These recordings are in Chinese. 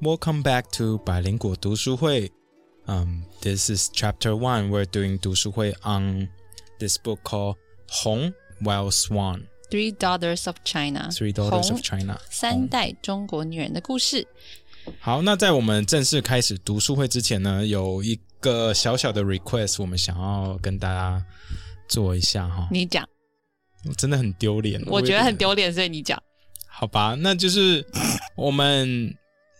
Welcome back to 百灵果读书会. Um, this is chapter one. We're doing 读书会 on this book called 红 Wild Swan, Three Daughters of China， Three Daughters 红 of China. 三代中国女人的故事。好，那在我们正式开始读书会之前呢，有一个小小的 request，我们想要跟大家做一下哈。你讲，真的很丢脸，我觉得很脸。丢脸，所以你讲。好吧，那就是我们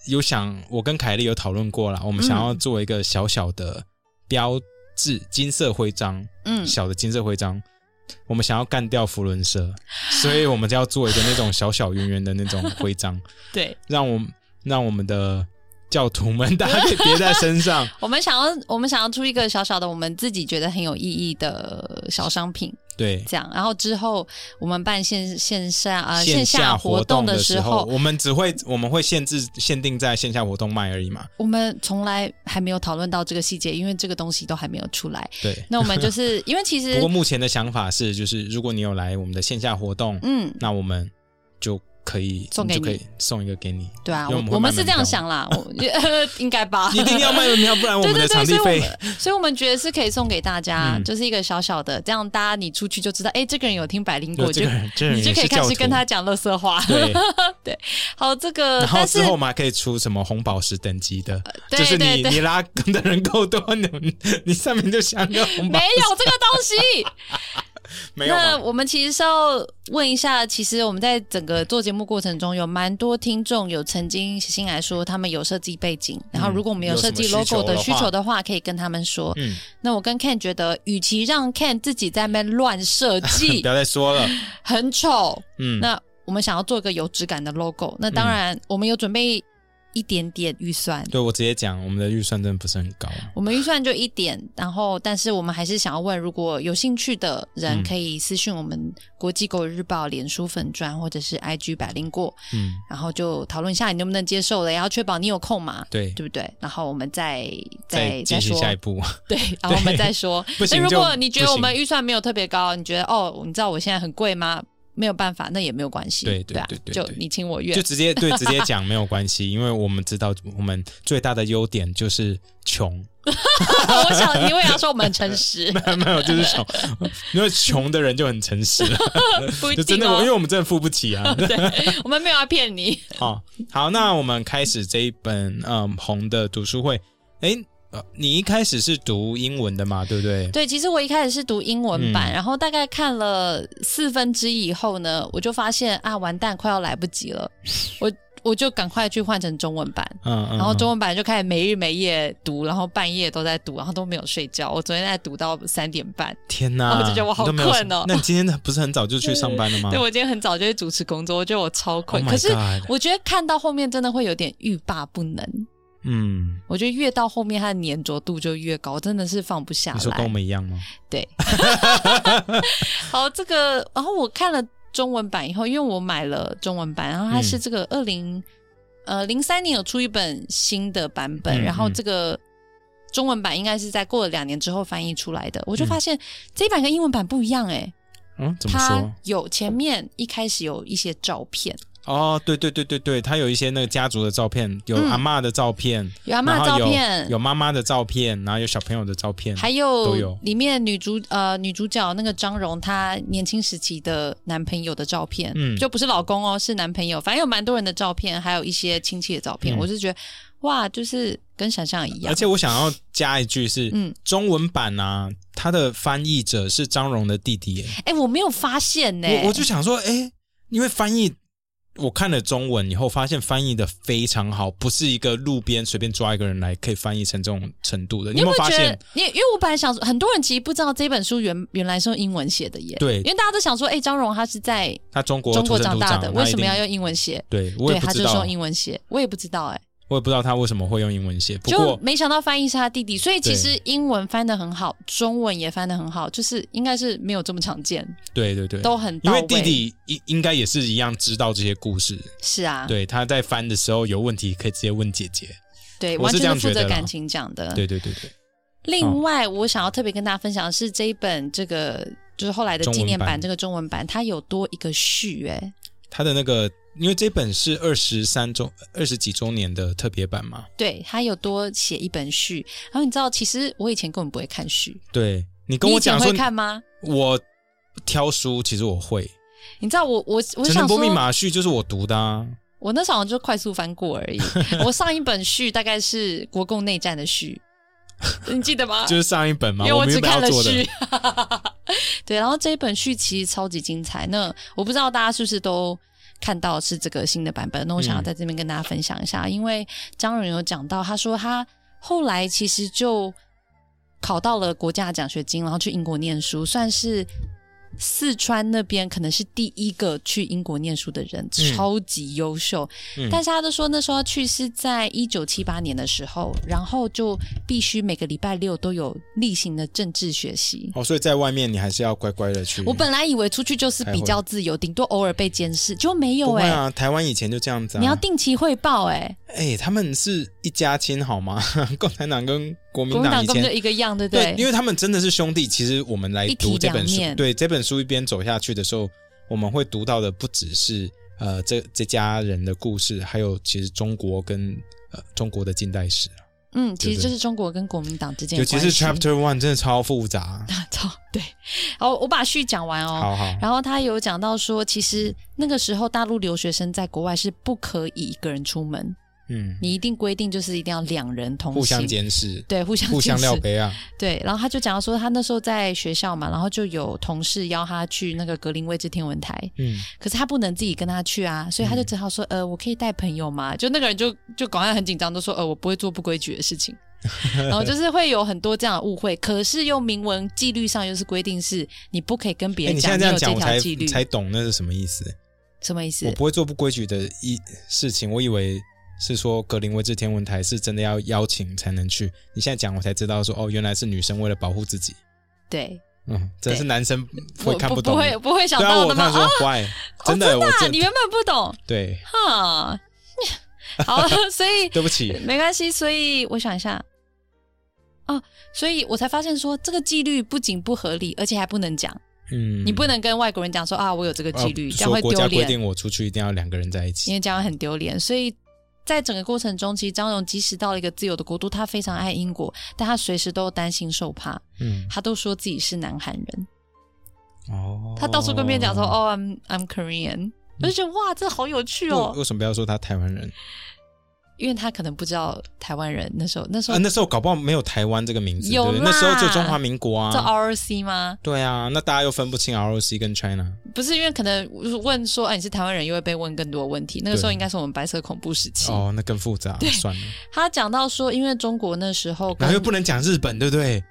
有想，我跟凯莉有讨论过啦，我们想要做一个小小的标志，金色徽章，嗯，小的金色徽章。我们想要干掉福伦 社，所以我们就要做一个那种小小圆圆的那种徽章， 对，让我让我们的教徒们大家可以别在身 上。我们想要，我们想要出一个小小的，我们自己觉得很有意义的小商品，对，这样。然后之后我们办线线下呃线下活动的时候，，我们只会我们会限制限定在线下活动卖而已嘛。我们从来还没有讨论到这个细节，因为这个东西都还没有出来。对，那我们就是因为其不实过目前的想法是，就是如果你有来我们的线下活动，嗯。那我们就可以送给就你可以送一个给你，对啊，因为我我们会我们卖是这门样票想啦，我 应该吧，一定要卖门票，不然我对们对的场地对，所以我费。们所以我们觉得是可以送给大家，嗯就是一个小小的，这样大家你出去就知道，哎，这个人有听百灵就果，这就个人，这个人你就也可以是开教始徒。跟他讲乐色话。 对，好，这个然后但是呃之后我们还可以出什么红宝石等级的，对就是对你对你拉跟的人够多，你你上面就想要红没宝，有这个东西。 没有那吗？我们其实是要问一下，其实我们在整个做节目过程中，有蛮多听众有曾经写信来说，他们有设计背景，然后如果我们嗯有设什么计需 logo 求的的需话求的话，可以跟他们说。嗯，那我跟 Ken 觉得，与其让 Ken 自己在那边乱设 计不，要再说 了，很丑，嗯，那我们想要做一个有质感的 logo，那当然我们有准备一点点预算，对我直接讲，我们的预算真的不是很高，啊我们预算就一点，然后但是我们还是想要问，如果有兴趣的人嗯可以私讯我们国际狗日报脸书粉砖或者是 IG 百灵过，嗯，然后就讨论一下你能不能接受了，也要确保你有空嘛。对，对不对？然后我们再再再进再行说，下一步， 对，然后我们再说。不行那如就果你觉得不我行们预算没有特别高，你觉得哦，你知道我现在很贵吗？没有办法，那也没有关系。对对对啊对对就对你情我愿就。直接对直接讲没有关系，因为我们知道我们最大的优点就是穷， 我想你为啥说我们很诚 实？没有就是穷，因为穷的人就很诚实 了，不一就真定的我因哦为。我们真的付不起啊。对，我们没有要骗你。哦， 好，那我们开始这一本嗯红的读书会，诶，呃，你一开始是读英文的嘛，对不对？对，其实我一开始是读英文版，嗯然后大概看了四分之一以后呢，我就发现啊，完蛋，快要来不及了，我我就赶快去换成中文版。嗯嗯，然后嗯中文版就开始没日没夜读，然后半夜都在读，然后都没有睡觉。我昨天在读到三点半，天然哪，后我就觉得我你好都没有困哦那你今天不是很早就去上班了吗？对我今天很早就去主持工作，我觉得我超 Oh 困。 my 可是 God，我觉得看到后面真的会有点欲罢不能。嗯，我觉得越到后面，它的粘着度就越高，真的是放不下你说跟我来。们一样吗？对，好，这个，然后我看了中文版以后，因为我买了中文版，然后它是嗯这个二零、呃零三年有出一本新的版本，嗯然后嗯这个中文版应该是在过了两年之后翻译出来的，我就发现、这一版跟英文版不一样哎、嗯，怎么它说？有前面一开始有一些照片，哦，对对对对对，他有一些那个家族的照片，有嗯阿嬷的照片，有阿然妈后的照有片，有妈妈的照片，然后有小朋友的照片，还嗯都有有里面女主呃女主角那个张荣，她年轻时期的男朋友的照片，嗯就不是老公哦，是男朋友，反正有蛮多人的照片，还有一些亲戚的照片，嗯我是觉得哇，就是跟想象一样而，且我想要加一句是，嗯中文版啊，它的翻译者是张荣的弟弟耶。哎、我没有发现呢、我我就想说，哎，因为翻译，我看了中文以后，发现翻译的非常好，不是一个路边随便抓一个人来可以翻译成这种程度的。你有没有没有发觉得现？？你因为我本来想说，很多人其实不知道这本书原原来是用英文写的耶。对因为大家都想说，哎、张荣他是在他中国中国土生长土大长的，他为一什么定要用英文写？对我对，也不他就知道是用，英文写，我也不知道哎、我也不知道他为什么会用英文写。不就过，没想到翻译是他弟弟，所以其对实英文翻的很好，中文也翻的很好，就是应该是没有这么常见，对对对，都很因到位。为弟弟应应该也是一样知道这些故事，是啊，对，他在翻的时候有问题可以直接问姐姐。对，我完是这全样是负觉得责啦感情讲的。对对对对，另外，我想要特别跟大家分享的是这一本这个就是后来的纪中念文版版这个中文版，它有多一个序哎、他的那个因为这本是二十三周、二十几周年的特别版嘛。对他有多写一本序，然后你知道，其实我以前根本不会看序，对你跟我你以前讲说会，看吗？我挑书其实我会，你知道我我我《陈澄想波密说，码序》就是我读的、啊。我那时候好像就快速翻过而 已。我上一本序大概是国共内战的序，你记得吗？就是上一本嘛，啊因为我们只原本看要了做的。序。 对，然后这一本续其实超级精彩。那我不知道大家是不是都看到是这个新的版本？那我想要嗯在这边跟大家分享一下，因为张仁有讲到，他说他后来其实就考到了国家奖学金，然后去英国念书，算是。四川那边可能是第一个去英国念书的人，嗯超级优秀。嗯但是他都说那时候去是在一九七八年的时候，然后就必须每个礼拜六都有例行的政治学习。哦，所以在外面你还是要乖乖的去。我本来以为出去就是比较自由，顶多偶尔被监视，就没有不会哎、啊，台湾以前就这样子啊。你要定期汇报哎、哎、他们是一家亲好吗？ 共产党跟国民国民党党以根本就前。一个样，对不对，因为为他们真的是兄弟。其实我们来一体读这本两书面，对这本书一边走下去的时候，我们会读到的不只是呃这这家人的故事，还有其实中国跟呃中国的近代史，嗯，其实对这是中国跟国民党之间尤的其关是系。 Chapter One 真的超复杂。操，对， 好，我把序讲完哦。好好，然后他有讲到说，其实那个时候大陆留学生在国外是不可以一个人出门，嗯，你一定规定就是一定要两人同行，互相监视，对，互相互相 监视料杯啊。对，然后他就讲到说，他那时候在学校嘛，然后就有同事邀他去那个格林威治天文台，嗯，可是他不能自己跟他去啊，所以他就只好说，呃，我可以带朋友嘛。就那个人就就搞得很紧张，就说，呃，我不会做不规矩的 事情。然后就是会有很多这样的误会，可是又明文纪律上又是规定是你不可以跟别哎，人你现在讲这样有讲，这我条才纪律，才懂那是什么意思。什么意我思？不会做不规矩的一事情，我以为是说格林威治天文台是真的要邀请才能去。你现在讲，我才知道说哦，原来是女生为了保护自己。对，嗯，真是男生我会看不懂。会不会想对啊，到的哦我吗？看说 why，真的，我啊，真你原本不懂对，哈， 好， 所以对不起，没关系，所以我想一下，哦，所以我才发现说这个纪律不仅不合理，而且还不能讲，嗯，你不能跟外国人讲说啊，我有这个呃纪律，这样说会国丢家规脸，定我出去一定要两个人在一因起。为这样很丢脸。所以在整个过程中，其实张勇即使到了一个自由的国度，他非常爱英国，但他随时都担心受怕，嗯，他都说自己是南韩人，哦，他到处跟别人讲说，哦，I'm I'm Korean。我就觉得哇，这好有趣为哦，为什么不要呃说他台湾人因为他可能不知道台湾人那时候那时啊？候那时候搞不好没有台湾这个名字，对有不对？那时候啦哦就中华民国啊，叫 ROC 吗？对啊，那大家又分不清 ROC 跟 China。不是因为可能问说，哎、你是台湾人，又会被问更多问题。那个时候对应该是我们白色恐怖时期。哦，那更复杂，算了。他讲到说，因为中国那时候跟，然后又不能讲日本，对不对？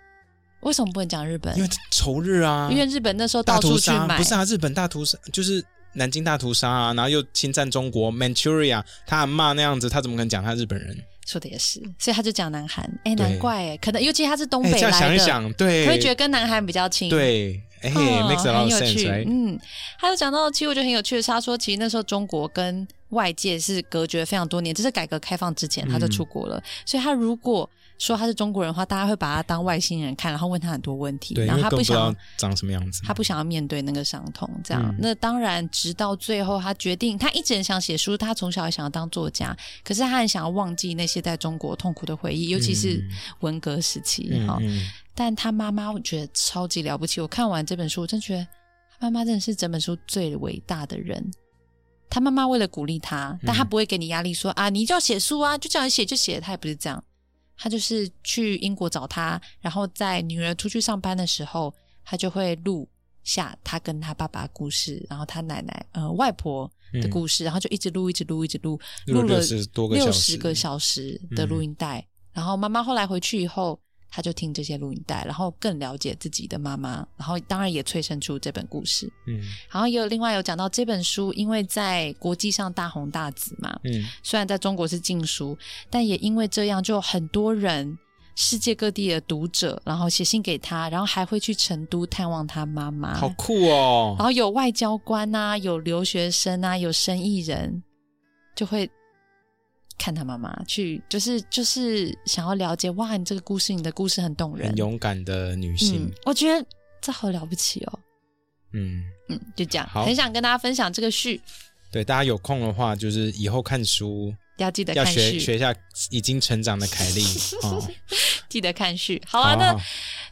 为什么不能讲日本？因为仇日啊，呃因为日本那时候大到屠处去杀买，不是啊，日本大屠杀就是南京大屠杀啊，然后又侵占中国 Manchuria，他阿骂那样子，他怎么可能讲他日本人？说的也是，所以他就讲南韩。哎、对难怪、哎，可能尤其他是东哎，北这样来想的，一想，对，会觉得跟南韩比较亲。。对，哎、嗯 m a k e s a lot of 很有趣 sense，、right? 嗯，他有讲到，其实我觉得很有趣的是，他说其实那时候中国跟外界是隔绝非常多年，这是改革开放之前他就出国嗯了，所以他如果说他是中国人的话，大家会把他当外星人看，然后问他很多问题，对，因然为后更他不不知道想。长什么样子。他不想要面对那个伤痛，这样。嗯那当然，直到最后，他决定，他一直很想写书，他从小也想要当作家，可是他很想要忘记那些在中国痛苦的回忆，尤其是文革时期哈、嗯嗯，但他妈妈，我觉得超级了不起。我看完这本书，我真觉得他妈妈真的是整本书最伟大的人。他妈妈为了鼓励他，但他不会给你压力说、啊，你就要写书啊，就叫你写就写。他也不是这样，他就是去英国找他，然后在女儿出去上班的时候，他就会录下他跟他爸爸的故事，然后他奶奶呃外婆的故事，然后就一直录，一直录，一直录，录录了了60多个六小十时，嗯个小时的录音带。然后妈妈后来回去以后，她就听这些录音带，然后更了解自己的妈妈，然后当然也催生出这本故事。嗯然后也有另外有讲到这本书，因为在国际上大红大紫嘛，嗯，虽然在中国是禁书，但也因为这样，就有很多人。世界各地的读者，然后写信给他，然后还会去成都探望他妈妈，好酷哦然。后有外交官啊，有留学生啊，有生意人，就会看他妈妈去，就是就是想要了解哇，你这个故事，你的故事很动人很，勇敢的女性嗯，，我觉得这好了不起哦，嗯，嗯，就这样，嗯好很想跟大家分享这个序，对，大家有空的话，就是以后看书要记得要看学学序，一下已经成长的凯 莉哦。记得看序。好啊，那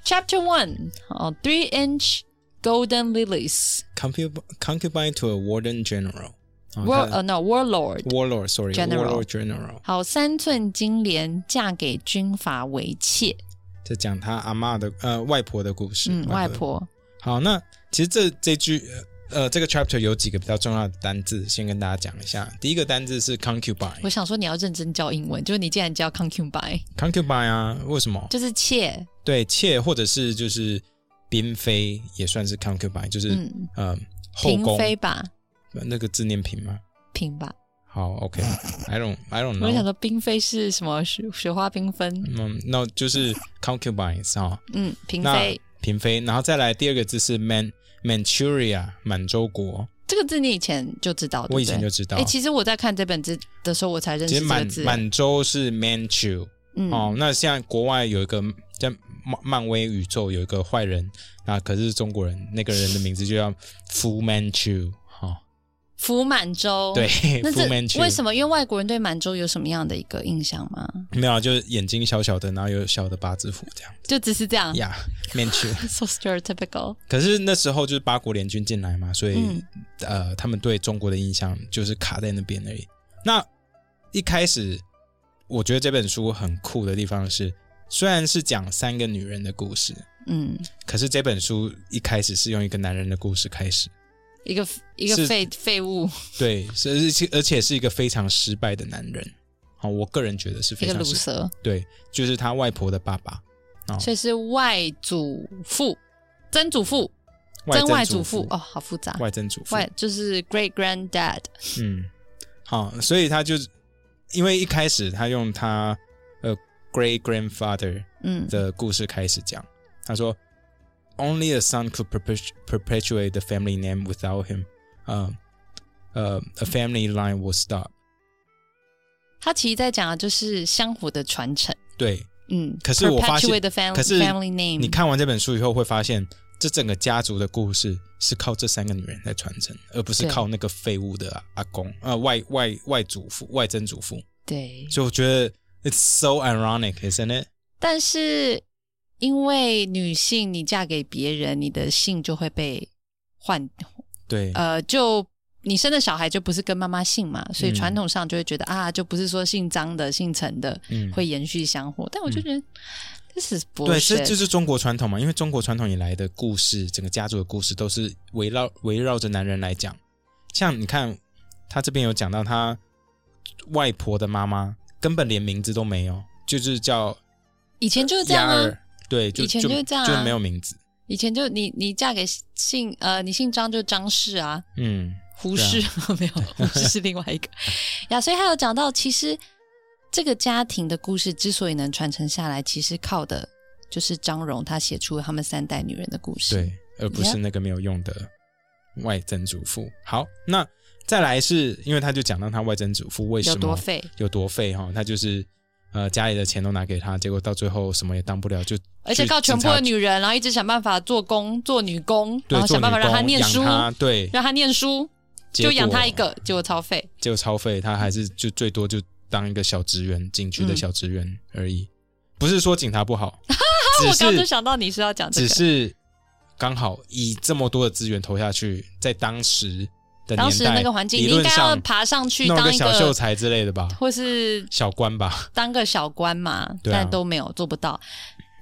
Chapter One 哦，Three Inch Golden Lilies concubine concubine to a warden general，哦 War 他呃 No Warlord warlord sorry General warlord general，好，三寸金莲嫁给军阀为妾，就讲他阿嬷的呃外婆的故事。嗯，外的婆，好，那其实这这句呃呃这个 chapter 有几个比较重要的单字，先跟大家讲一下。第一个单字是我 concubine，concubine 想说你要认真教英文，就是你竟然教 concubine，啊，为什么？就是妾，对，妾或者是就是嫔妃也算是 concubine，就是嗯、嗯，呃、后嫔宫妃吧，那个字念嫔吗？嫔吧。好，OK，I、don't I don't 我就想 know，说，嫔妃是什么？雪雪花缤纷，嗯，那、就是 concubines 啊、嗯，嫔那妃嫔妃，然后再来第二个字是 Man Manchuria 满洲国，这个字你以前就知道，我以前就对不知道对哎，，其实我在看这本字的时候，我才认其识实这个满字。满洲是 Manchu 嗯，哦，那现在国外有一个在漫漫威宇宙有一个坏人啊，可是中国人，那个人的名字就叫 Fu Manchu 哦，福满洲，对，那，Fu 这为 Manchu 什么？因为外国人对满洲有什么样的一个印象吗？没有啊，就是眼睛小小的，然后有小的八字胡这样就只是这样呀、yeah,，Manchu。 ，so stereotypical。可是那时候就是八国联军进来嘛，所以、嗯呃，他们对中国的印象就是卡在那边而已。那一开始，我觉得这本书很酷的地方是，虽然是讲三个女人的故事，嗯，可是这本书一开始是用一个男人的故事开始，一个一个是废废物， 对，是而且而且是一个非常失败的男人。好，我个人觉得是哦一非个常乳失蛇，对，就是他外婆的爸爸，哦所以是外祖父、曾祖父、曾外外祖曾父父，哦，好复杂。外曾祖父，外就是 great granddad，嗯，好，所以他就是因为一开始他用他呃 great grandfather 嗯，的故事开始讲，他说 only a son could perpetu- perpetuate the family name without him，呃呃，a family line will stop。他其实在讲的就是香火的传承。对，嗯，可是我发现 perpetuate the family 可是 family name，你看完这本书以后会发现，这整个家族的故事是靠这三个女人在传承，而不是对靠那个废物的阿公呃外外外祖父外曾祖父。对，所以我觉得 it's so ironic, isn't it？但是因为女性你嫁给别人，你的姓就会被换，对，呃，就你生的小孩就不是跟妈妈姓嘛，所以嗯传统上就会觉得、啊，就不是说姓张的、姓陈的嗯会延续香火。但我就觉得、this is 对，这 bullshit，就是中国传统嘛，因为中国传统以来的故事，整个家族的故事都是围绕围绕着男人来讲。像你看，他这边有讲到他外婆的妈妈根本连名字都没有，就是叫以前就是这样鸭啊。儿，对，就以前就就是这样啊就是没有名字。以前就你你嫁给姓呃你姓张就张氏啊，嗯，胡对啊适、 没有，胡适是另外一个呀。 所以他有讲到，其实这个家庭的故事之所以能传承下来，其实靠的就是张荣他写出了他们三代女人的故事。，对，而不是 Yeah 那个没有用的外曾祖父。好，那再来是因为他就讲到他外曾祖父为什有么多废？有多废哈、他就是呃家里的钱都拿给他，结果到最后什么也当不了，就而且去靠全警部察的女人，然后一直想办法做工，做女工，对然后做想女办法让她工念养书，她对，让她念书，结就果养她一，个，结果超废。结果超废，他还是就最多就当一个小职员，警局的嗯小职员而已。不是说警察不好，只 我刚刚就是想到你是要讲这只个，是刚好以这么多的资源投下去，在当时的当年时代，那个环境，你理应论该要上爬上去弄当个一小秀才之类的吧，或是小官吧，当个小官嘛，对啊但都没有做不到。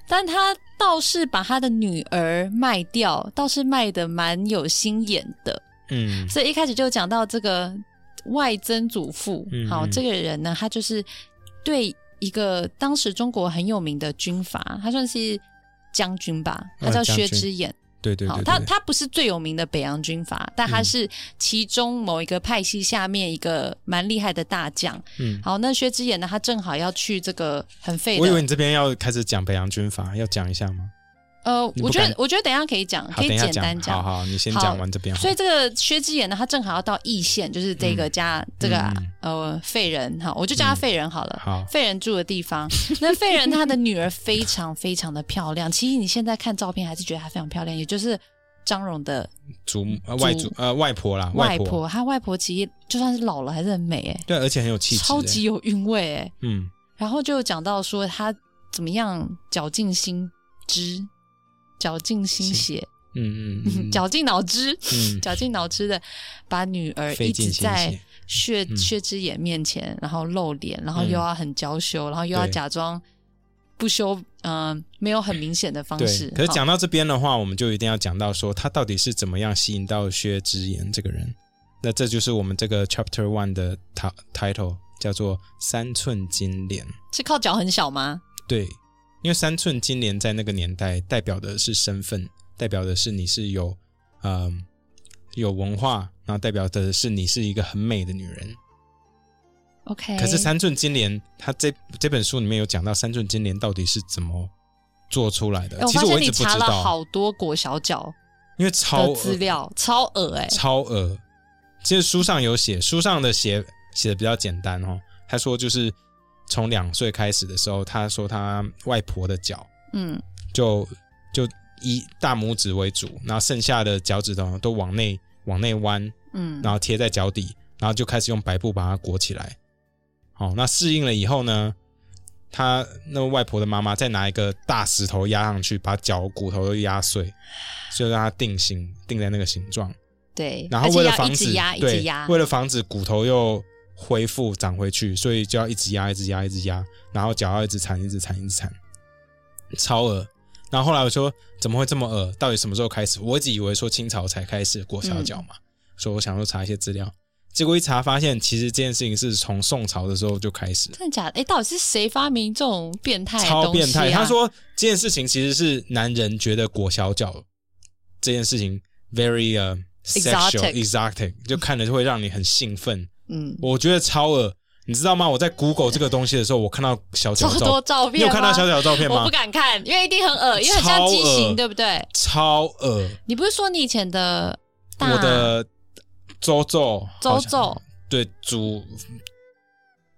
但他倒是把他的女儿卖掉，倒是卖的蛮有心眼的。嗯所以一开始就讲到这个外曾祖父，嗯好，嗯这个人呢，他就是对一个当时中国很有名的军阀，他算是将军吧，他嗯叫将薛军之眼。对对好，对，他对他不是最有名的北洋军阀，但他嗯是其中某一个派系下面一个蛮厉害的大将。嗯，好，那薛之眼呢？他正好要去这个很废我以为的，你这边要开始讲北洋军阀，要讲一下吗？呃，你不我觉得敢我觉得等一下可以讲，好，可以等一下简单好好，你先好讲完这边好了。所以这个薛之眼呢，他正好要到易县，就是这个家、这个、嗯呃废人哈，我就叫他废人好了。好，废人住的地方，那废人他的女儿非常非常的漂亮。其实你现在看照片还是觉得她非常漂亮，也就是张荣的祖母呃外祖呃外婆啦，嗯外婆婆，她外婆其实就算是老了还是很美哎、对，而且很有气质，欸超级有韵味哎、嗯，然后就有讲到说她怎么样绞尽心汁，绞尽心血，嗯嗯 嗯，绞尽脑汁，嗯绞尽脑汁的把女儿费一尽直心在血，血嗯血之眼面前，然后露脸，然后嗯又要很娇羞，然后又要对假装不羞，嗯、没有很明显的方式对。。可是好讲到这边的话，我们就一定要讲到说他到底是怎么样吸引到薛之言这个人。那这就是我们这个 Chapter One 的 ti- title 叫做“三寸金莲是靠脚很小吗？”。对，因为三寸金莲在那个年代代表的是身份，代表的是你是有嗯、有文化，然后代表的是你是一个很美的女人。 OK，可是三寸金莲，它这这本书里面有讲到三寸金莲到底是怎么做出来的哎、。我其发实我现一你直不查知了道，好多裹小脚因为超的资料，超恶哎、超额。其实书上有写，书上的写写的比较简单哦。他说就是从两岁开始的时候，他说他外婆的脚嗯，就就以大拇指为主，然后剩下的脚趾头都往内往内弯，嗯然后贴在脚底，然后就开始用白布把它裹起来。好，那适应了以后呢，他那位外婆的妈妈再拿一个大石头压上去，把脚骨头都压碎，就让它定型，定在那个形状。对，然后而且为了要防一止直压，一直对压，为了防止骨头又恢复长回去，所以就要一直压，一直压，一直压，然后脚要一直缠，一直缠，一直缠，超恶。然后后来我说怎么会这么恶？到底什么时候开始？我一直以为说清朝才开始嗯裹小脚嘛，所以我想说查一些资料，结果一查发现，其实这件事情是从宋朝的时候就开始了，真的假的？哎、到底是谁发明这种变态、的超东西变态。啊他说这件事情其实是男人觉得裹小脚这件事情 very 呃、sexual Exotic exotic，就看着就会让你很兴奋。嗯，我觉得超恶，你知道吗？我在 Google 这个东西的时候，我看到小超脚的多照，照你片吗，有看到小脚的照片我吗不？敢看，因为一定很恶，因为很像畸超形，恶对不对？超恶，你不是说你以前的大我的周周周好像周，对祖，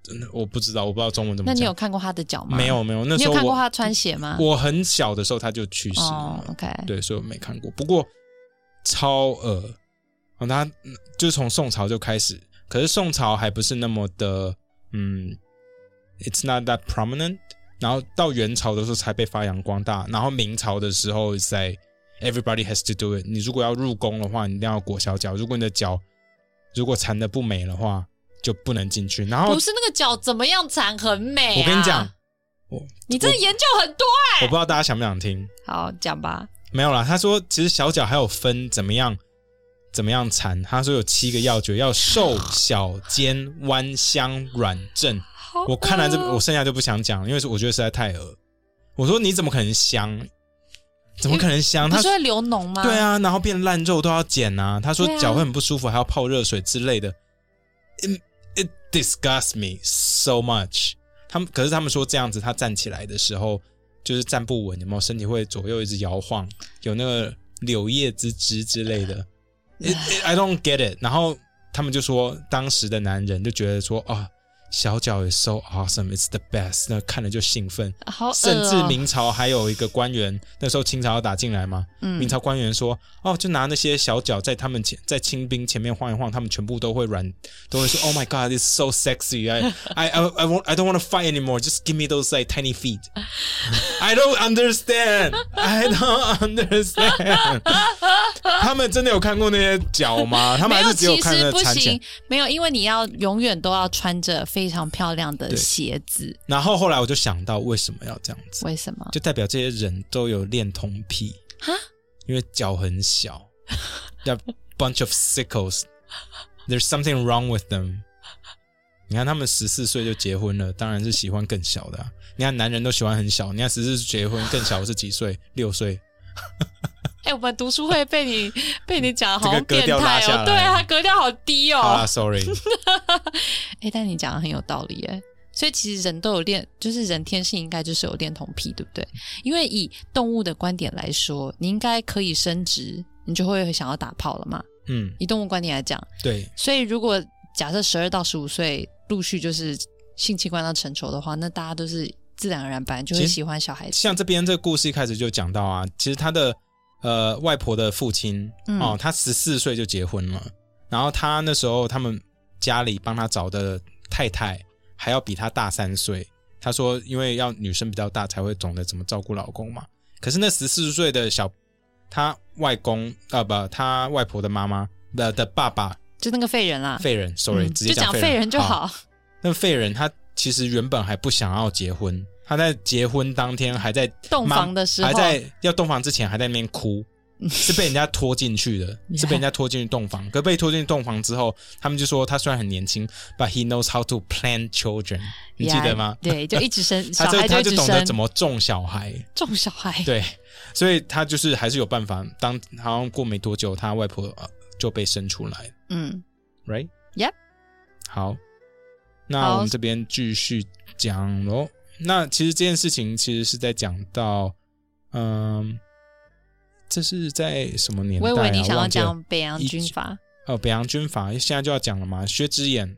真的我不知道，我不知道中文怎么那讲。你有看过他的脚吗？没有，没有，那时你有候看过我他穿鞋吗？我很小的时候他就去世哦了， ，OK，对，所以我没看过。不过超恶，哦他嗯就是从宋朝就开始，可是宋朝还不是那么的，嗯，it's not that prominent。然后到元朝的时候才被发扬光大，然后明朝的时候在 everybody has to do it。你如果要入宫的话，你一定要裹小脚。如果你的脚如果缠的不美的话，就不能进去。然后不是那个脚怎么样缠很美、啊，我跟你讲，，我你真的研究很多、啊我不知道大家想不想听，好，讲吧，没有啦，他说其实小脚还有分怎么样怎么样缠，他说有七个要诀，要瘦小肩弯香软正。好恶，我看来这哦我剩下就不想讲了，因为我觉得实在太恶。我说你怎么可能香？怎么可能香？不他是说会流脓吗？对，啊，然后变烂肉都要剪啊。他说对啊脚会很不舒服，还要泡热水之类的。It it disgusts me so much。他们可是他们说这样子，他站起来的时候就是站不稳，有没有？身体会左右一直摇晃，有那个柳叶之枝之类的。It, it, I don't get it。然后他们就说，当时的男人就觉得说啊。小脚也 so awesome，it's the best，那看了就兴奋。好恶哦、甚至明朝还有一个官员，那时候清朝要打进来嘛，嗯明朝官员说，哦，就拿那些小脚在他们前，在清兵前面晃一晃，他们全部都会软，都会说，Oh my God, it's so sexy. I I I I, won't, I don't want to fight anymore. Just give me those like tiny feet. I don't understand. I don't understand. 他们真的有看过那些脚吗？他们没还有，是只有其看那实不残前行。，没有，因为你要永远都要穿着非常漂亮的对鞋子，然后后来我就想到，为什么要这样子？为什么？就代表这些人都有恋童癖哈，因为脚很小。That bunch of sickles, there's something wrong with them. 你看他们十四岁就结婚了，当然是喜欢更小的啊、你看男人都喜欢很小，你看十四结婚更小是几岁？六岁。哎、我们读书会被 你被你讲得好像这个格变调拉态下来哦，对啊，格调好低好啦哦。 ，sorry，哎、但你讲的很有道理耶。所以其实人都有恋，就是人天性应该就是有恋童癖，对不对？因为以动物的观点来说，你应该可以生殖，你就会想要打炮了嘛。嗯，以动物观点来讲，对，所以如果假设十二到十五岁陆续就是性器官到成熟的话，那大家都是自然而然本来就会其实喜欢小孩子。像这边这个故事一开始就讲到啊，其实他的呃外婆的父亲嗯哦，他十四岁就结婚了，然后他那时候他们家里帮他找的太太还要比他大三岁。他说，因为要女生比较大才会懂得怎么照顾老公嘛。可是那十四岁的小，他外公啊不，他外婆的妈妈的的爸爸就那个废人啦，废人，sorry，、嗯直就接讲废人就。好。 那废人他其实原本还不想要结婚，他在结婚当天还在洞妈房的时候还在要洞房之前还在那边哭，嗯是被人家拖进去 的，是被人家拖进去洞房。可被拖进去洞房之后，他们就说他虽然很年轻，but he knows how to plan children，你记得吗？ Yeah，对，就一直生 小他就孩他一就直懂得怎生，么种小 孩，种小孩。对，所以他就是还是有办法。当好像过没多久，他外婆呃就被生出来嗯， ，right？ Yep 好，好那我们这边继续讲喽。那其实这件事情其实是在讲到，嗯，这是在什么年代、我啊？以为你想要忘记了讲北洋军阀，哦，北洋军阀现在就要讲了嘛，薛之演。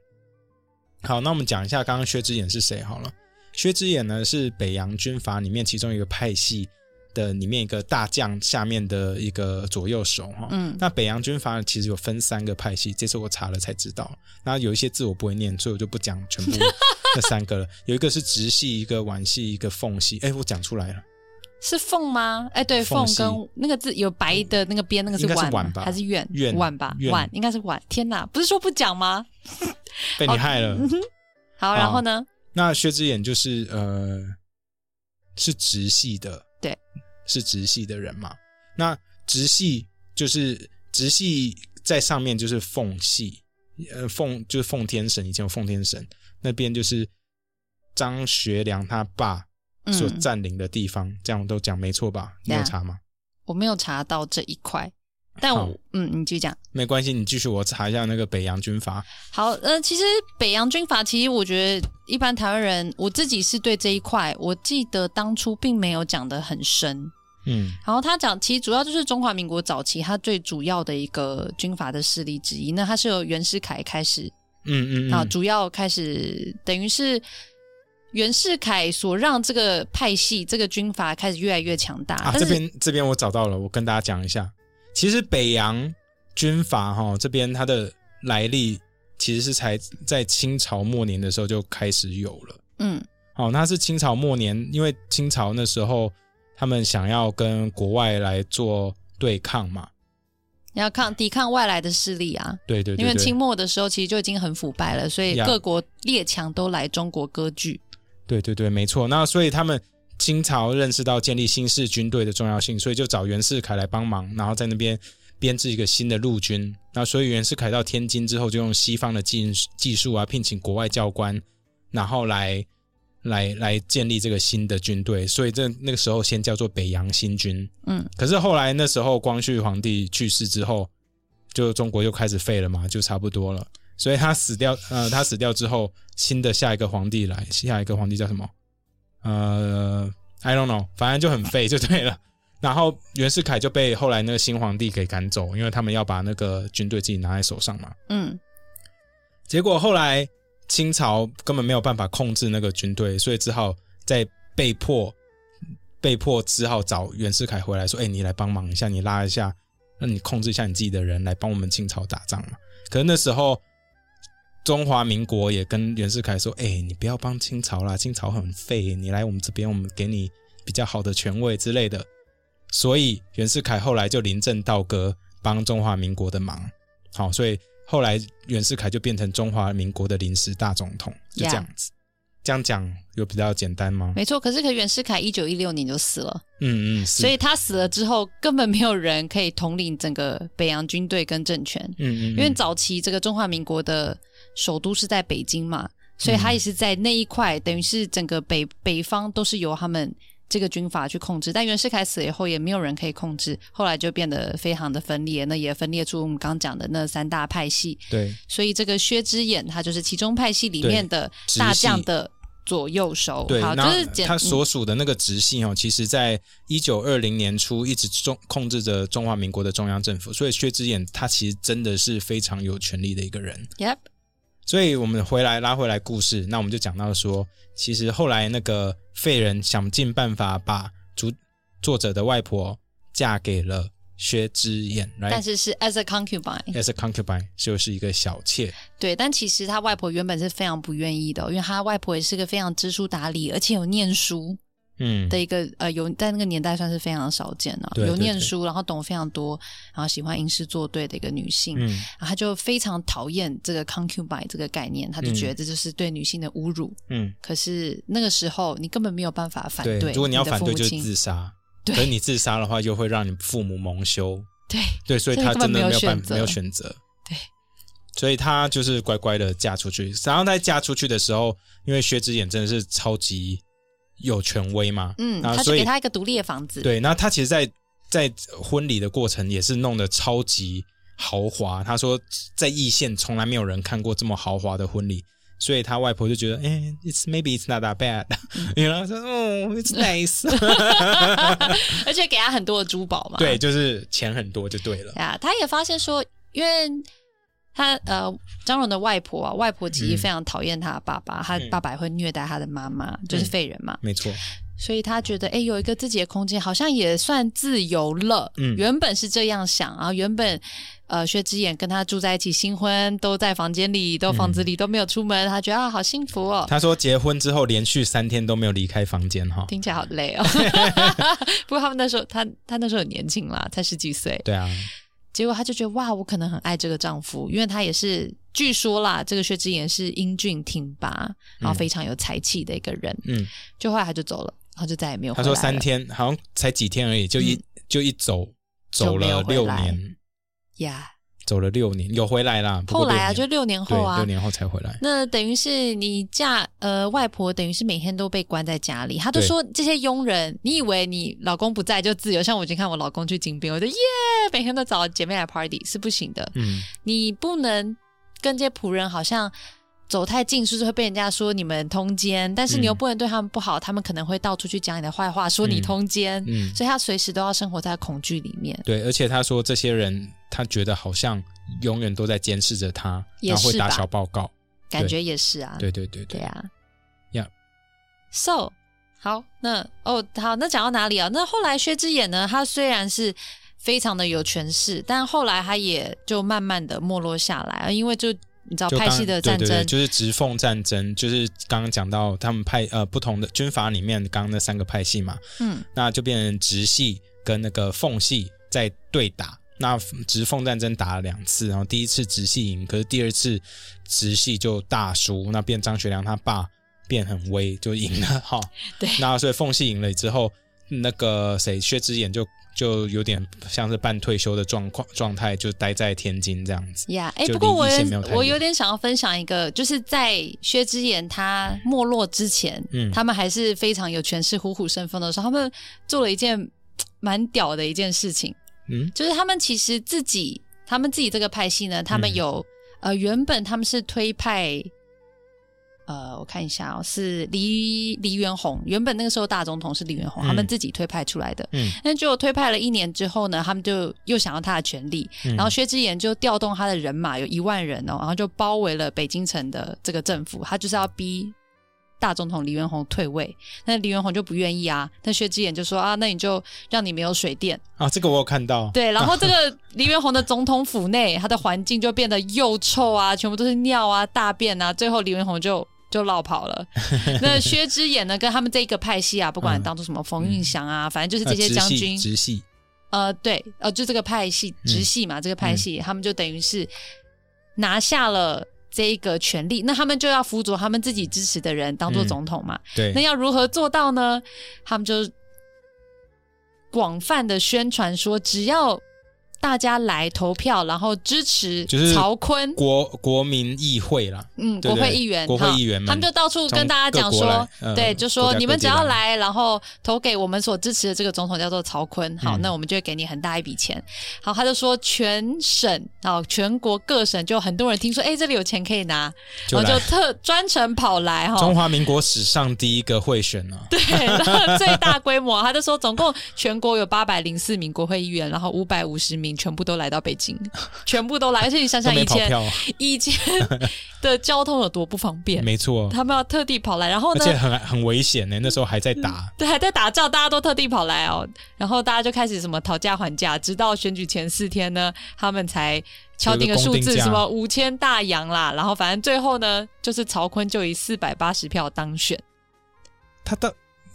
好，那我们讲一下刚刚薛之演是谁好了。薛之演呢是北洋军阀里面其中一个派系的里面一个大将下面的一个左右手哈、嗯那北洋军阀其实有分三个派系，这次我查了才知道。然后有一些字我不会念，所以我就不讲全部那三个了。有一个是直系，一个皖系，一个奉系。哎，我讲出来了，是凤吗？哎，对，凤凤系跟那个字有白的那个边，那个应该是碗碗吗吧还是苑？苑碗吧，苑碗应该是碗。天哪，不是说不讲吗？被你害了。啊好，然后呢？那薛之演就是呃是直系的，对，是直系的人嘛。那直系就是直系在上面就是奉系，呃奉就是奉天神，以前有奉天神那边就是张学良他爸所嗯，占领的地方，这样我都讲没错吧？你有对啊查吗？我没有查到这一块，但好我嗯，你继续讲。没关系，你继续，我查一下那个北洋军阀。好，呃，其实北洋军阀，其实我觉得一般台湾人，我自己是对这一块，我记得当初并没有讲得很深。嗯然后他讲，其实主要就是中华民国早期他最主要的一个军阀的势力之一。那他是由袁世凯开始嗯嗯啊，嗯，主要开始等于是袁世凯所让这个派系、这个军阀开始越来越强大。啊，但这是边这边我找到了，我跟大家讲一下。其实北洋军阀哈、这边它的来历其实是才在清朝末年的时候就开始有了。嗯哦，那是清朝末年，因为清朝那时候他们想要跟国外来做对抗嘛，要抗抵抗外来的势力啊，对对对因为对清末的时候其实就已经很腐败了，所以呀各国列强都来中国割据。对对对，没错。那所以他们清朝认识到建立新式军队的重要性，所以就找袁世凯来帮忙，然后在那边编制一个新的陆军。那所以袁世凯到天津之后，就用西方的技技术啊，聘请国外教官，然后来来来建立这个新的军队。所以这那个时候先叫做北洋新军。嗯，可是后来那时候光绪皇帝去世之后，就中国就开始废了嘛，就差不多了。所以他死掉，呃，他死掉之后，新的下一个皇帝来，下一个皇帝叫什么？呃，I don't know，反正就很废就对了。然后袁世凯就被后来那个新皇帝给赶走，因为他们要把那个军队自己拿在手上嘛。嗯结果后来清朝根本没有办法控制那个军队，所以只好在被迫被迫只好找袁世凯回来说：“哎、你来帮忙一下，你拉一下，那你控制一下你自己的人来帮我们清朝打仗嘛。”可是那时候中华民国也跟袁世凯说：“哎、你不要帮清朝啦，清朝很废，你来我们这边，我们给你比较好的权位之类的。”所以袁世凯后来就临阵倒戈，帮中华民国的忙。好，所以后来袁世凯就变成中华民国的临时大总统，就这样子。这样讲有比较简单吗？没错。可是，可袁世凯一九一六年就死了，嗯嗯，是所以他死了之后，根本没有人可以统领整个北洋军队跟政权，嗯嗯，因为早期这个中华民国的首都是在北京嘛，所以他嗯也是在那一块，等于是整个北北方都是由他们。这个军阀去控制，但袁世凯死了以后也没有人可以控制，后来就变得非常的分裂，那也分裂出我们刚讲的那三大派系，对所以这个薛之演他就是其中派系里对面的直系大将的左右手，对，好，然就后是简他嗯所属的那个直系哦，其实在一九二零年初一直中控制着中华民国的中央政府，所以薛之演他其实真的是非常有权力的一个人。嗯 Yep，所以我们回来拉回来故事，那我们就讲到说，其实后来那个废人想尽办法把主作者的外婆嫁给了薛之燕但，right 是是 as a concubine， as a concubine，就是一个小妾。对，但其实他外婆原本是非常不愿意的哦、因为他外婆也是个非常知书达理，而且有念书嗯，的一个呃，有在那个年代算是非常少见了、对有对念对书，然后懂非常多，然后喜欢吟诗作对的一个女性，嗯然后他就非常讨厌这个 concubine 这个概念，他就觉得这就是对女性的侮辱。嗯，可是那个时候你根本没有办法反对对，如果你要的反父对，母就是亲自杀。对可是你自杀的话，又会让你父母蒙羞。对对，所以所以他真根本的没有没有办选择没有选择。对，所以他就是乖乖的嫁出去。然后在嫁出去的时候，因为薛之眼真的是超级有权威嘛，嗯，啊他就所以给他一个独立的房子，对，那他其实在，在婚礼的过程也是弄得超级豪华。他说，在义县从来没有人看过这么豪华的婚礼，所以他外婆就觉得，哎、i t s maybe it's not that bad，你 嗯知道，说，哦，it's nice，而且给他很多的珠宝嘛。对，就是钱很多就 对了。啊，他也发现说，因为他呃张荣的外婆啊，外婆其实非常讨厌他的爸爸，他嗯爸爸也会虐待他的妈妈，就是废人嘛。没错，所以他觉得，哎、有一个自己的空间，好像也算自由了。嗯原本是这样想啊，原本呃，薛之眼跟他住在一起，新婚都在房间里，都房子里、都没有出门，他觉得啊，好幸福哦。他说结婚之后连续三天都没有离开房间哈。听起来好累 哦，不过他们那时候，他他那时候很年轻啦，才十几岁，对啊，结果他就觉得哇，我可能很爱这个丈夫，因为他也是据说啦，这个薛之言是英俊挺拔，然后非常有才气的一个人。嗯，就后来他就走了，然后就再也没有回他说来了。三天，好像才几天而已，就一、就一走走嗯就没了有回六来年，呀走了六年，有回来啦。不过后来啊，六就年六年后对，六啊，年后才回来。那等于是你嫁呃外婆，等于是每天都被关在家里。他都对说这些佣人，你以为你老公不在就自由？像我已经看我老公去金兵，我就耶，每天都找姐妹来 party 是不行的。嗯，你不能跟这些仆人好像走太近，是不是会被人家说你们通奸？但是你又嗯不能对他们不好，他们可能会到处去讲你的坏话，说你嗯通奸。嗯所以他随时都要生活在恐惧里面。对，而且他说这些人，他觉得好像永远都在监视着他，也然后会是打吧小报告。感觉也是啊，对对对对，对啊 Yeah So 好，那哦好，那讲到哪里啊？那后来薛之眼呢？他虽然是非常的有权势，但后来他也就慢慢的没落下来，因为就你知道就派刚系的对战对争，对，就是直奉战争，就是刚刚讲到他们派呃不同的军阀里面，刚刚那三个派系嘛，嗯，那就变成直系跟那个奉系在对打。那直奉战争打了两次，然后第一次直系赢，可是第二次直系就大输，那变张学良他爸变很威，就赢了哈。 对那所以奉系赢了之后，那个谁薛之眼就就有点像是半退休的状况状态，就待在天津这样子。呀，哎，就不过离我一线有没有太我远有点想要分享一个，就是在薛之言他没落之前，嗯他们还是非常有权势、虎虎生风的时候，他们做了一件蛮屌的一件事情，嗯就是他们其实自己，他们自己这个派系呢，他们嗯有、呃，原本他们是推派。呃，我看一下哦，是黎黎元洪，原本那个时候大总统是黎元洪，他们嗯自己推派出来的。嗯但结果推派了一年之后呢，他们就又想要他的权利，嗯然后薛之言就调动他的人马，有一万人哦，然后就包围了北京城的这个政府，他就是要逼大总统黎元洪退位。那黎元洪就不愿意啊，那薛之言就说啊，那你就让你没有水电。啊，这个我有看到。对，然后这个黎元洪的总统府内，他的环境就变得又臭啊，全部都是尿啊、大便啊，最后黎元洪就。就落 跑了。那薛之眼呢，跟他们这一个派系啊，不管嗯当做什么冯运祥啊，反正就是呃这些直将系嗯军，直系，呃，对，呃，就这个派系直系嘛，这个派嗯系、他们就等于是拿下了这一个权利，那他们就要辅佐他们自己支持的人当做嗯总统嘛。对那，要如何做到呢？他们就广泛的宣传说，只要大家来投票，然后支持就是曹锟，国国民议会啦，嗯，对国会对议员，国会哈议员们他们就到处跟大家讲从各国说来，嗯对，就国说家你各们地只要来来，然后投给我们所支持的这个总统叫做曹锟，好，嗯那我们就会给你很大一笔钱。好，他就说全省啊，全国各省就很多人听说，哎，这里有钱可以拿，就然后来就特专程跑来哈中。华民国史上第一个贿选啊，哦对，然后最大规模，他就说总共全国有八百零四名国会议员，然后五百五十名民全部都来到北京，全部都来，而且你想都 想没以跑前票，啊以前的交通有多不方便，没错，他们要特地跑来，然后而呢嗯且，很很危险呢。那时候还在打，对，还在打仗，大家都特地跑来哦，然后大家就开始什么讨价还价，直到选举前四天呢，他们才敲定有数一个公定字，价什么五千大洋啦，然后反正最后呢，就是曹锟就以四百八十票当选，他到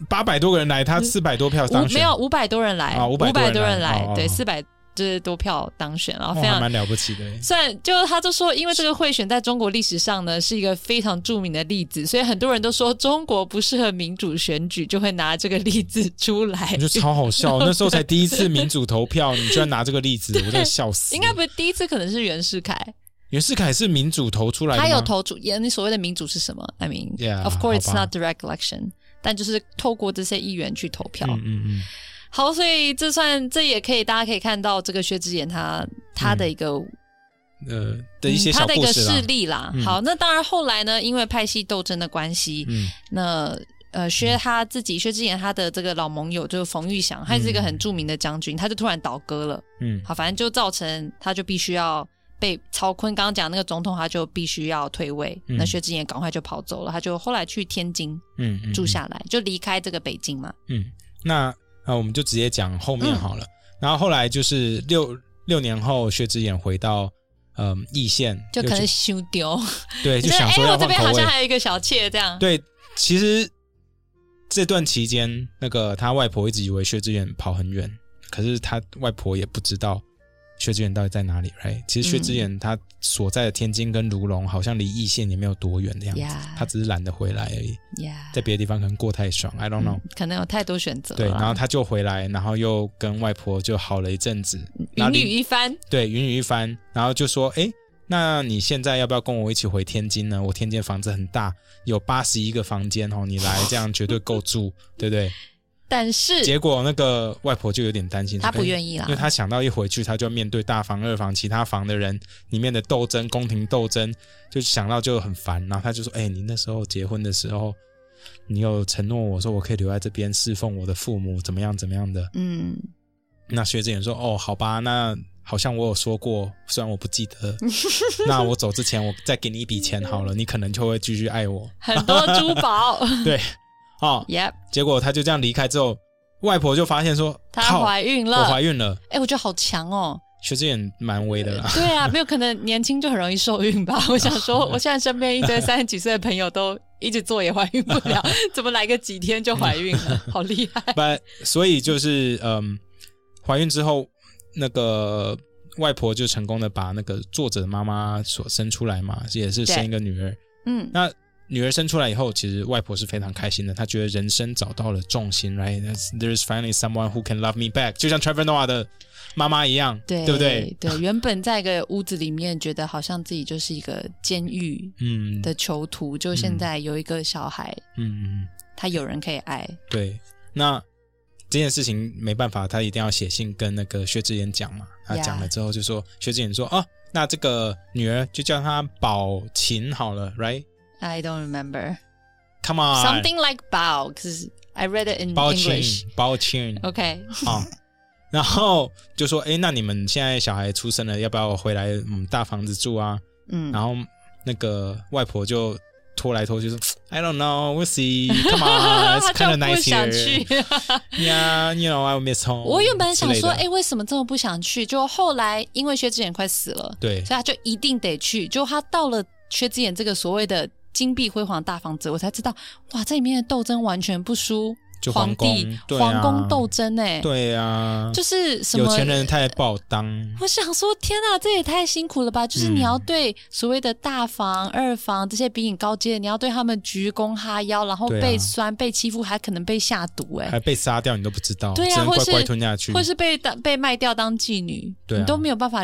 八百多个人来，他四百多票五啊当选，嗯没有五百多人来，啊500五多人来多人来哦，哦对，哦四百就是多票当选，然哇，后非常哦还蛮了不起 的耶。虽然就是他就说，因为这个贿选在中国历史上呢是一个非常著名的例子，所以很多人都说中国不适合民主选举，就会拿这个例子出来 我觉。得超好笑，那时候才第一次民主投票，你居然拿这个例 子，我真的笑死。 应该不是第一次，可能是袁世凯，袁世凯是民主投出来的吗，他有投出。也你所谓的民主是什么？I mean, Yeah, of course, it's 好吧 not direct election，但就是透过这些议员去投票。嗯嗯嗯，好，所以这算这也可以，大家可以看到这个薛之谦他他嗯的一个呃的一些嗯他小的一故个事啦事。例啦。好，那当然后来呢，因为派系斗争的关系，嗯那呃，薛他自己，薛之谦他的这个老盟友就是冯玉祥，他也是一个很著名的将军，他就突然倒戈了。嗯，好，反正就造成他就必须要被曹锟刚刚讲那个总统，他就必须要退位。嗯那薛之谦赶快就跑走了，他就后来去天津嗯嗯住下来，就离开这个北京嘛。嗯，那啊、呃我们就直接讲后嗯面好了。然后后来就是六六年后，薛之谦回到嗯易县，就可又能去修丢，对， 就觉得想哎、说我要这换边好口味像。还有一个小妾这样，对，其实这段期间，那个他外婆一直以为薛之谦跑很远，可是他外婆也不知道薛之谦到底在哪里。right？其实薛嗯之谦他所在的天津跟卢龙好像离易县也没有多远的样子 Yeah 他只是懒得回来而已，呀在别的地方可能过太爽，I don't know、嗯可能有太多选择了对，然后啦，他就回来，然后又跟外婆就好了一阵子，然后嗯云林雨一番，对云雨一番，然后就说：“哎，那你现在要不要跟我一起回天津呢？我天津房子很大，有八十一个房间哦，你来这样绝对够 住，对不对但？”是结果那个外婆就有点担心，他不意，愿意啊啦因为，他想到一回去他就要面对大房、二房、其他房的人里面的斗争、宫廷斗争，就想到就很烦。然后他就说：“哎，你那时候结婚的时候。”你有承诺我说我可以留在这边侍奉我的父母，怎么样怎么样的？嗯，那薛之谦说：“哦，好吧，那好像我有说过，虽然我不记 得。那我走之前，我再给你一笔钱好了，你可能就会继续爱 我。很多珠 宝对，哦， ，Yep，结果他就这样离开之后，外婆就发现说：她靠，怀孕我了，怀孕了。哎、我觉得好强哦！薛之谦蛮威的啦，对啊，没有可能年轻就很容易受 孕吧？我想说，我现在身边一堆三十几岁的朋友都一直做也怀孕不 了，怎么来个几天就怀孕了？好厉害！不，所以就是嗯，怀孕之后，那个外婆就成功的把那个作者的妈妈所生出来嘛，也是生一个女儿。嗯，那女儿生出来以后，其实外婆是非常开心的，她觉得人生找到了重心，right? That's- There's finally someone who can love me back，就像 Trevor Noah 的妈妈一样，对，不对？？对，原本在一个屋子里面，觉得好像自己就是一个监狱嗯的囚徒，就现在有一个小孩，嗯嗯，他有人可以爱，对。那这件事情没办法，她一定要写信跟那个薛之谦讲嘛。她 Yeah 讲了之后就说，薛之谦说啊，那这个女儿就叫她宝琴好了，right？Come I don't remember on， something like bow, because I read it in 宝琴 English.，宝琴 OK， 啊，然后就说，哎，那你们现在小孩出生了，要不要回来我们大房子住啊？嗯 然，后那个外婆就拖来拖去说，I don't know, we'll see. Come on, it's 他 kind 就 of 不 nice 想去 here. 。Yeah, you know, I miss home. 我原本想说，之哎、类的为什么这么不想去？就后来因为薛之谦快死了，对所以他就一定得去。就他到了薛之谦这个所谓的金碧辉煌大房子，我才知道，哇，这里面的斗争完全不输就皇皇宫帝对啊皇宫斗争哎、对呀，就是什么有钱人太暴当，我想说，天哪，这也太辛苦了吧！就是嗯你要对所谓的大房、二房这些比你高阶的，你要对他们鞠躬哈腰，然后对啊被酸、被欺负，还可能被下毒、哎，还被杀掉，你都不知道，对啊只能或乖是乖吞下去或。是被当被卖掉当妓女，对啊你都没有办法。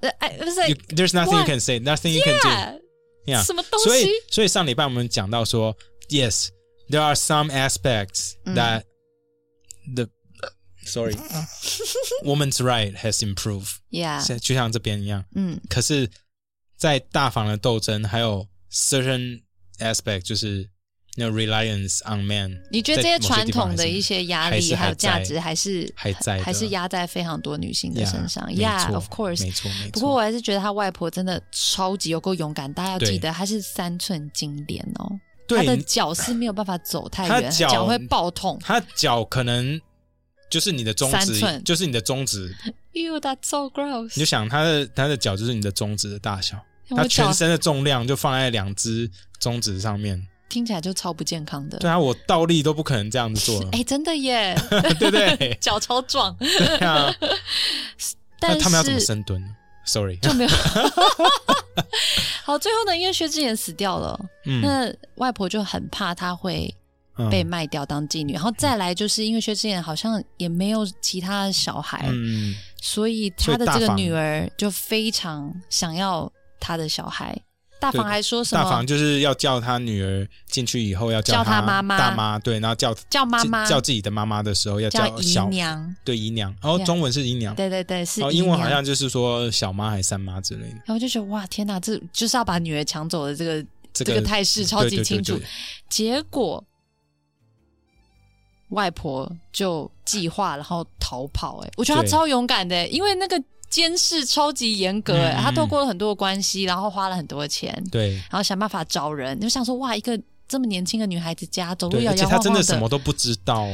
呃，哎，不是 You- There's nothing you What? can say, nothing you can do. 哎 Yeah. 什么东所以西？，所以上礼拜我们讲到说，yes, there are some aspects 嗯 that、the sorry woman's right has improved，、 Yeah，像就像这边一样。啊嗯可是，在大房的斗争还有 certain aspect，就是那 reliance on man 你觉得这些传统的一些些压还力是还有还价在值，还是还在的还是压在非常多女性的身上？Yeah，of course 没。错没错。不过我还是觉得她外婆真的超级有够勇敢，大家要对记得她是三寸金莲哦，她的对脚是没有办法走太她远，脚脚会爆痛。他脚可能就是你的中三指，寸就是你的中指， You that's so 你就 gross！想他的他的脚就是你的中指的大小，他哎我脚全身的重量就放在两只中指上面。听起来就超不健康的。对啊，我倒立都不可能这样子做， 哎，真的耶，对不 对？ 脚超壮，对啊，但 那是他们要怎么深蹲？Sorry，就没有。好，最后呢，因为薛之谦死掉了， 嗯，那外婆就很怕她会嗯被卖掉当妓女，然后再来就是因为薛之谦好像也没有其他的小孩，嗯，所以他所的以大这个房女儿就非常想要他的小孩。大对房还说什大么房就是要叫他女儿进去以后要叫他她妈妈大妈对，然后叫叫妈妈叫自己的妈妈的时候要叫姨小娘，对姨娘，哦， Yeah 中文是姨娘，对对对，是姨哦，娘。英文好像就是说小妈还是三妈之类的，然后就觉得哇，天哪，这就是要把女儿抢走的这个这这个个态势超对级对对清楚对。结果外婆就计划，然后逃跑、欸。哎，我觉得她对超勇敢的、欸因为那个监视超级严格、欸。嗯她透过了很多的关系，然后花了很多的钱，对然后想办法找人，就想说哇，一个这么年轻的女孩子家走路对，摇而且摇他晃真晃的什么都不知道，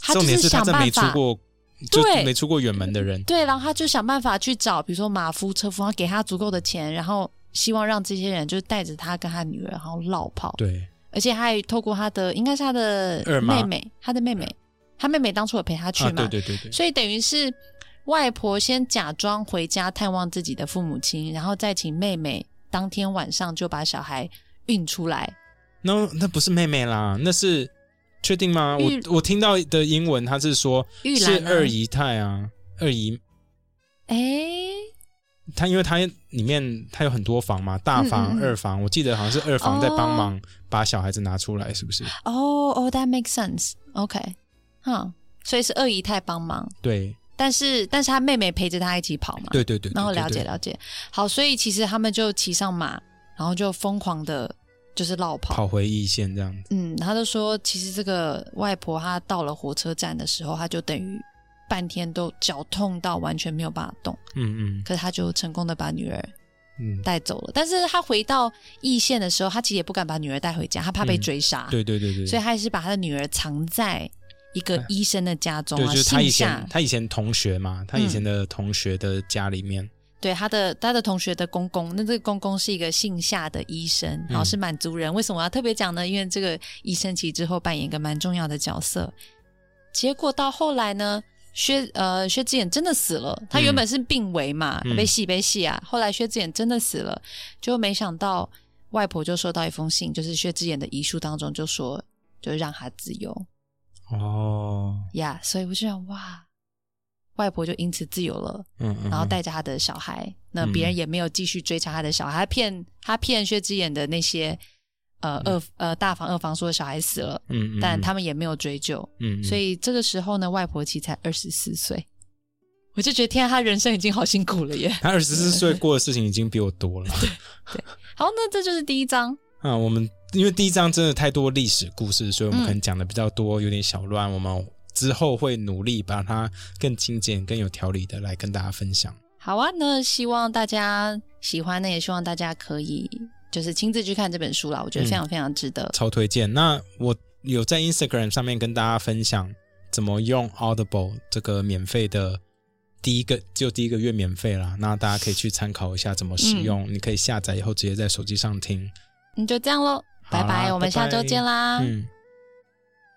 她就重点是是他想真没办出法。过，就对没出过远门的人，对，然后她就想办法去找，比如说马夫、车夫，然后给她足够的钱，然后希望让这些人就是带着她跟她女儿，然后绕跑。对啊而且他还透过他的，应该是他的二妈嗯妹妹，他的妹妹，他妹妹当初有陪他去啊，嘛，对对对对，所以等于是外婆先假装回家探望自己的父母亲，然后再请妹妹当天晚上就把小孩运出来。那那不是妹妹啦，那是确定吗？玉我我听到的英文他是说玉兰、是二，姨太啊，二姨哎、她因为她里面她有很多房嘛，大房、嗯嗯嗯二房，我记得好像是二房在帮哦忙把小孩子拿出来，是不是？哦哦，that makes sense，OK，、哈，所以是二姨太帮忙，对但是但是他妹妹陪着他一起跑嘛，对对对，对然后了对解对了解。好，所以其实他们就骑上马，然后就疯狂的，就是绕跑。跑回一线这样子，嗯，他就说，其实这个外婆她到了火车站的时候，她就等于半天都脚痛到完全没有办法动，嗯嗯可是她就成功的把女儿嗯， 带走了。但是她回到义县的时候，她其实也不敢把女儿带回家，她怕被嗯追杀，对对对对，所以她还是把她的女儿藏在一个医生的家中对，啊，就是他以姓前下。他以前同学嘛，他以嗯前的同学的家里面，对他的他的同学的公公，那这个公公是一个姓夏的医生，然后是满族人。为什么我要特别讲呢？因为这个医生其实之后扮演一个蛮重要的角色。结果到后来呢，薛呃薛之谦真的死了。他原本是病危嘛，嗯被戏被戏啊。后来薛之谦真的死了，就没想到外婆就收到一封信，就是薛之谦的遗书当中就说，就让他自由哦，呀。所以我就想，哇，外婆就因此自由了。嗯嗯，然后带着他的小孩，那嗯别人也没有继续追查他的小孩，他骗他骗薛之眼的那些呃二呃大房二房说小孩死了，嗯嗯，嗯嗯，但他们也没有追究，嗯，嗯所以这个时候呢，外婆其实才二十四岁，我就觉得天、啊，他人生已经好辛苦 了耶。他二十四岁过的事情已经比我多了。好，那这就是第一章，啊，我们因为第一章真的太多历史故事，所以我们嗯可能讲的比较多，有点小乱。我们之后会努力把它更精简、更有条理的来跟大家分享。好啊，那希望大家喜欢，那也希望大家可以就是亲自去看这本书啦，我嗯觉得非常非常值得。超推荐。那我有在 Instagram 上面跟大家分享怎么用 Audible 这个免费的第一个就第一个月免费啦，那大家可以去参考一下怎么使用。你可以下载以后直接在手机上听。嗯那就这样喽，拜好啦我们下周拜拜见啦，嗯，